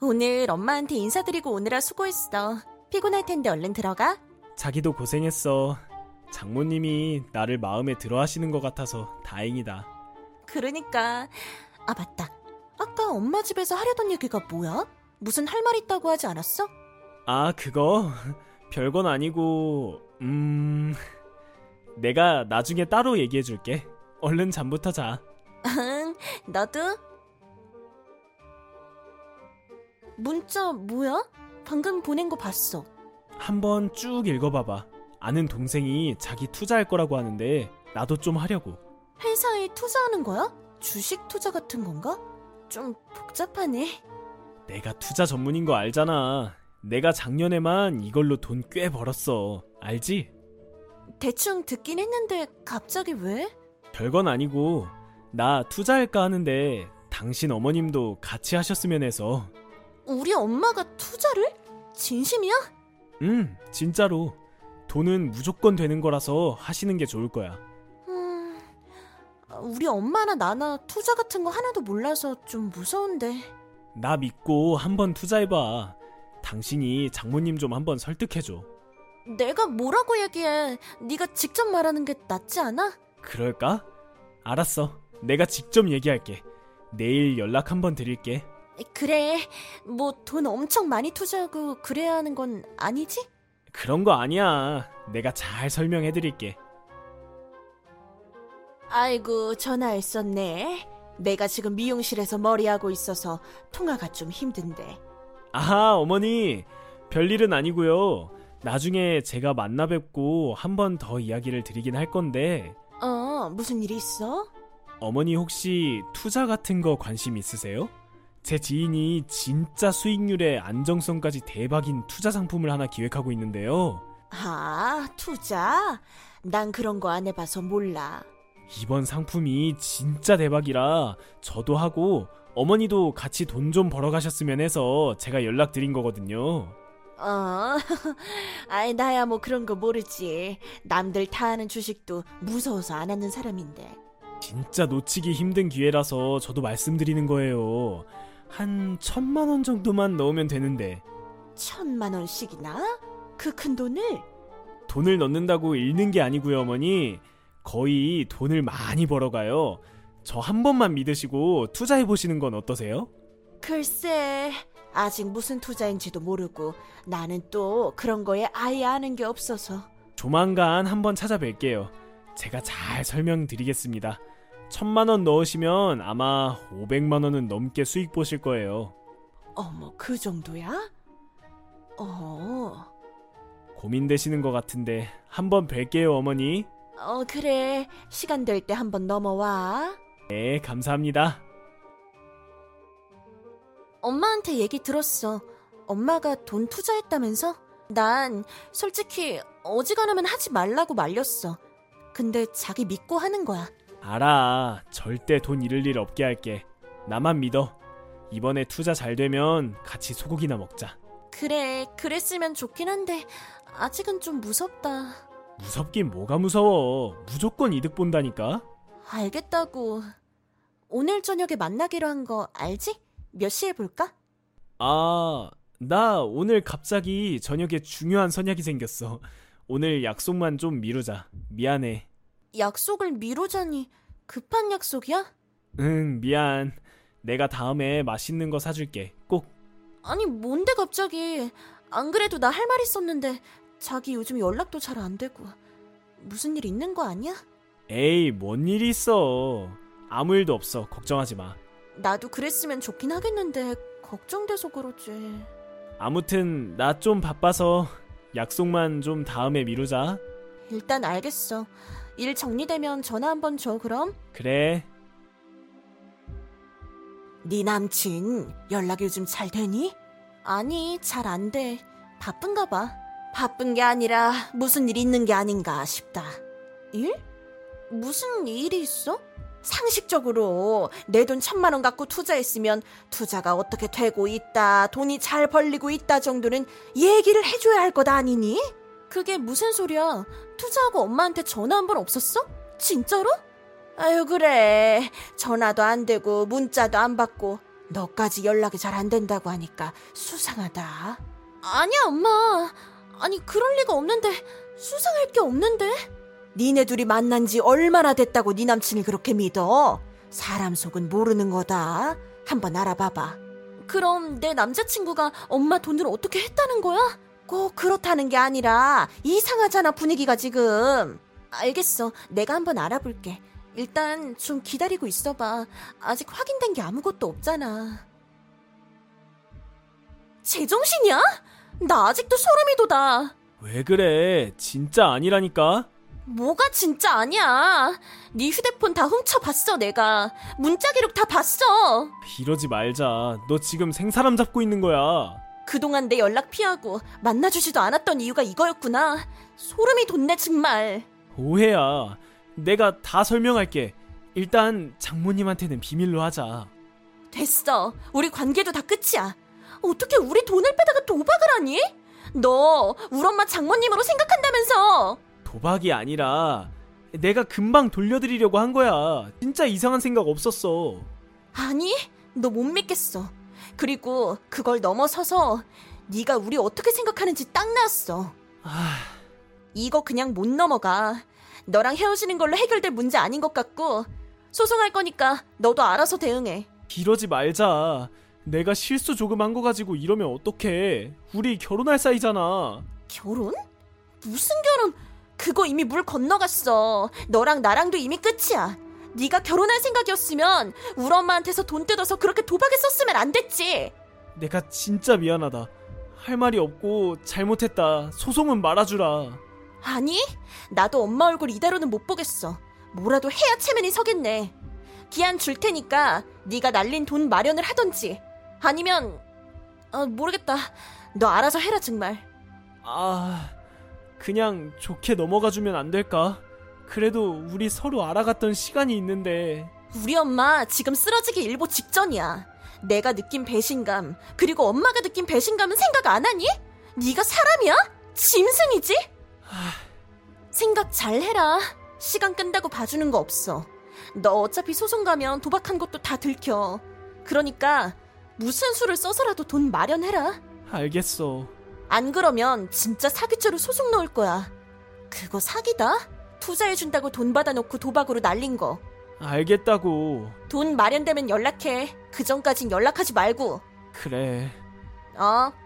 오늘 엄마한테 인사드리고 오느라 수고했어. 피곤할 텐데 얼른 들어가. 자기도 고생했어. 장모님이 나를 마음에 들어 하시는 것 같아서 다행이다. 그러니까. 아, 맞다. 아까 엄마 집에서 하려던 얘기가 뭐야? 무슨 할 말 있다고 하지 않았어? 아, 그거? 별건 아니고, 음, 내가 나중에 따로 얘기해 줄게. 얼른 잠부터 자. 응, 너도? 문자 뭐야? 방금 보낸 거 봤어. 한번 쭉 읽어봐봐. 아는 동생이 자기 투자할 거라고 하는데, 나도 좀 하려고. 회사에 투자하는 거야? 주식 투자 같은 건가? 좀 복잡하네. 내가 투자 전문인 거 알잖아. 내가 작년에만 이걸로 돈 꽤 벌었어. 알지? 대충 듣긴 했는데 갑자기 왜? 별건 아니고 나 투자할까 하는데 당신 어머님도 같이 하셨으면 해서 우리 엄마가 투자를? 진심이야? 음 진짜로 돈은 무조건 되는 거라서 하시는 게 좋을 거야 음, 우리 엄마나 나나 투자 같은 거 하나도 몰라서 좀 무서운데. 나 믿고 한번 투자해봐 당신이 장모님 좀 한번 설득해줘 내가 뭐라고 얘기해. 네가 직접 말하는 게 낫지 않아? 그럴까? 알았어 내가 직접 얘기할게 내일 연락 한번 드릴게 그래. 뭐 돈 엄청 많이 투자하고 그래야 하는 건 아니지? 그런 거 아니야 내가 잘 설명해 드릴게 아이고, 전화했었네. 내가 지금 미용실에서 머리하고 있어서 통화가 좀 힘든데. 아하 어머니 별일은 아니고요 나중에 제가 만나 뵙고 한 번 더 이야기를 드리긴 할 건데 어, 무슨 일 있어? 어머니 혹시 투자 같은 거 관심 있으세요? 제 지인이 진짜 수익률의 안정성까지 대박인 투자 상품을 하나 기획하고 있는데요. 아, 투자? 난 그런 거 안 해봐서 몰라. 이번 상품이 진짜 대박이라 저도 하고 어머니도 같이 돈 좀 벌어 가셨으면 해서 제가 연락드린 거거든요. 어, 아이, 나야 뭐 그런 거 모르지. 남들 다 아는 주식도 무서워서 안 하는 사람인데. 진짜 놓치기 힘든 기회라서 저도 말씀드리는 거예요. 한 천만 원 정도만 넣으면 되는데 천만 원씩이나? 그 큰 돈을? 돈을 넣는다고 잃는 게 아니고요, 어머니. 거의 돈을 많이 벌어가요. 저 한 번만 믿으시고 투자해 보시는 건 어떠세요? 글쎄, 아직 무슨 투자인지도 모르고 나는 또 그런 거에 아예 아는 게 없어서. 조만간 한번 찾아뵐게요. 제가 잘 설명드리겠습니다. 천만 원 넣으시면 아마 500만 원은 넘게 수익 보실 거예요. 어머, 그 정도야? 어, 고민되시는 것 같은데 한번 뵐게요, 어머니. 어, 그래. 시간 될 때 한번 넘어와. 네, 감사합니다. 엄마한테 얘기 들었어. 엄마가 돈 투자했다면서? 난 솔직히 어지간하면 하지 말라고 말렸어. 근데 자기 믿고 하는 거야. 알아. 절대 돈 잃을 일 없게 할게. 나만 믿어. 이번에 투자 잘 되면 같이 소고기나 먹자. 그래, 그랬으면 좋긴 한데 아직은 좀 무섭다. 무섭긴 뭐가 무서워. 무조건 이득 본다니까. 알겠다고. 오늘 저녁에 만나기로 한 거 알지? 몇 시에 볼까? 아, 나 오늘 갑자기 저녁에 중요한 선약이 생겼어. 오늘 약속만 좀 미루자. 미안해. 약속을 미루자니 급한 약속이야? 응, 미안. 내가 다음에 맛있는 거 사줄게. 꼭. 아니 뭔데 갑자기? 안 그래도 나 할 말 있었는데 자기 요즘 연락도 잘 안 되고 무슨 일 있는 거 아니야? 에이, 뭔 일이 있어. 아무 일도 없어. 걱정하지 마. 나도 그랬으면 좋긴 하겠는데 걱정돼서 그러지. 아무튼 나 좀 바빠서 약속만 좀 다음에 미루자. 일단 알겠어. 일 정리되면 전화 한번 줘 그럼. 그래. 네 남친 연락 요즘 잘 되니? 아니 잘 안 돼. 바쁜가 봐. 바쁜 게 아니라 무슨 일 있는 게 아닌가 싶다. 일? 무슨 일이 있어? 상식적으로 내 돈 천만 원 갖고 투자했으면 투자가 어떻게 되고 있다, 돈이 잘 벌리고 있다 정도는 얘기를 해줘야 할 것 아니니? 그게 무슨 소리야? 투자하고 엄마한테 전화 한 번 없었어? 진짜로? 아유 그래 전화도 안 되고 문자도 안 받고 너까지 연락이 잘 안 된다고 하니까 수상하다. 아니야, 엄마. 아니, 그럴 리가 없는데. 수상할 게 없는데. 니네 둘이 만난 지 얼마나 됐다고 네 남친을 그렇게 믿어? 사람 속은 모르는 거다. 한번 알아봐봐. 그럼 내 남자친구가 엄마 돈을 어떻게 했다는 거야? 꼭 그렇다는 게 아니라 이상하잖아, 분위기가 지금. 알겠어. 내가 한번 알아볼게. 일단 좀 기다리고 있어봐. 아직 확인된 게 아무것도 없잖아. 제정신이야? 나 아직도 소름이 돋아. 왜 그래? 진짜 아니라니까. 뭐가 진짜 아니야. 네 휴대폰 다 훔쳐봤어, 내가. 문자 기록 다 봤어. 이러지 말자. 너 지금 생사람 잡고 있는 거야. 그동안 내 연락 피하고 만나주지도 않았던 이유가 이거였구나. 소름이 돋네, 정말. 오해야. 내가 다 설명할게. 일단 장모님한테는 비밀로 하자. 됐어. 우리 관계도 다 끝이야. 어떻게 우리 돈을 빼다가 도박을 하니? 너, 우리 엄마 장모님으로 생각한다면서! 도박이 아니라 내가 금방 돌려드리려고 한 거야. 진짜 이상한 생각 없었어. 아니, 너 못 믿겠어. 그리고 그걸 넘어서서 네가 우리 어떻게 생각하는지 딱 나왔어. 아, 이거 그냥 못 넘어가. 너랑 헤어지는 걸로 해결될 문제 아닌 것 같고 소송할 거니까 너도 알아서 대응해. 이러지 말자. 내가 실수 조금 한 거 가지고 이러면 어떡해. 우리 결혼할 사이잖아. 결혼? 무슨 결혼? 그거 이미 물 건너갔어. 너랑 나랑도 이미 끝이야. 네가 결혼할 생각이었으면 우리 엄마한테서 돈 뜯어서 그렇게 도박에 썼으면 안 됐지. 내가 진짜 미안하다. 할 말이 없고 잘못했다. 소송은 말아주라. 아니, 나도 엄마 얼굴 이대로는 못 보겠어. 뭐라도 해야 체면이 서겠네. 기한 줄 테니까 네가 날린 돈 마련을 하던지 아니면 아, 모르겠다. 너 알아서 해라 정말. 아, 그냥 좋게 넘어가 주면 안 될까? 그래도 우리 서로 알아갔던 시간이 있는데 우리 엄마 지금 쓰러지기 일보 직전이야. 내가 느낀 배신감, 그리고 엄마가 느낀 배신감은 생각 안 하니? 네가 사람이야? 짐승이지? 생각 잘 해라. 시간 끈다고 봐주는 거 없어. 너 어차피 소송 가면 도박한 것도 다 들켜. 그러니까 무슨 수를 써서라도 돈 마련해라. 알겠어. 안 그러면 진짜 사기죄로 소송 넣을 거야. 그거 사기다? 투자해준다고 돈 받아놓고 도박으로 날린 거. 알겠다고. 돈 마련되면 연락해. 그 전까진 연락하지 말고. 그래. 어.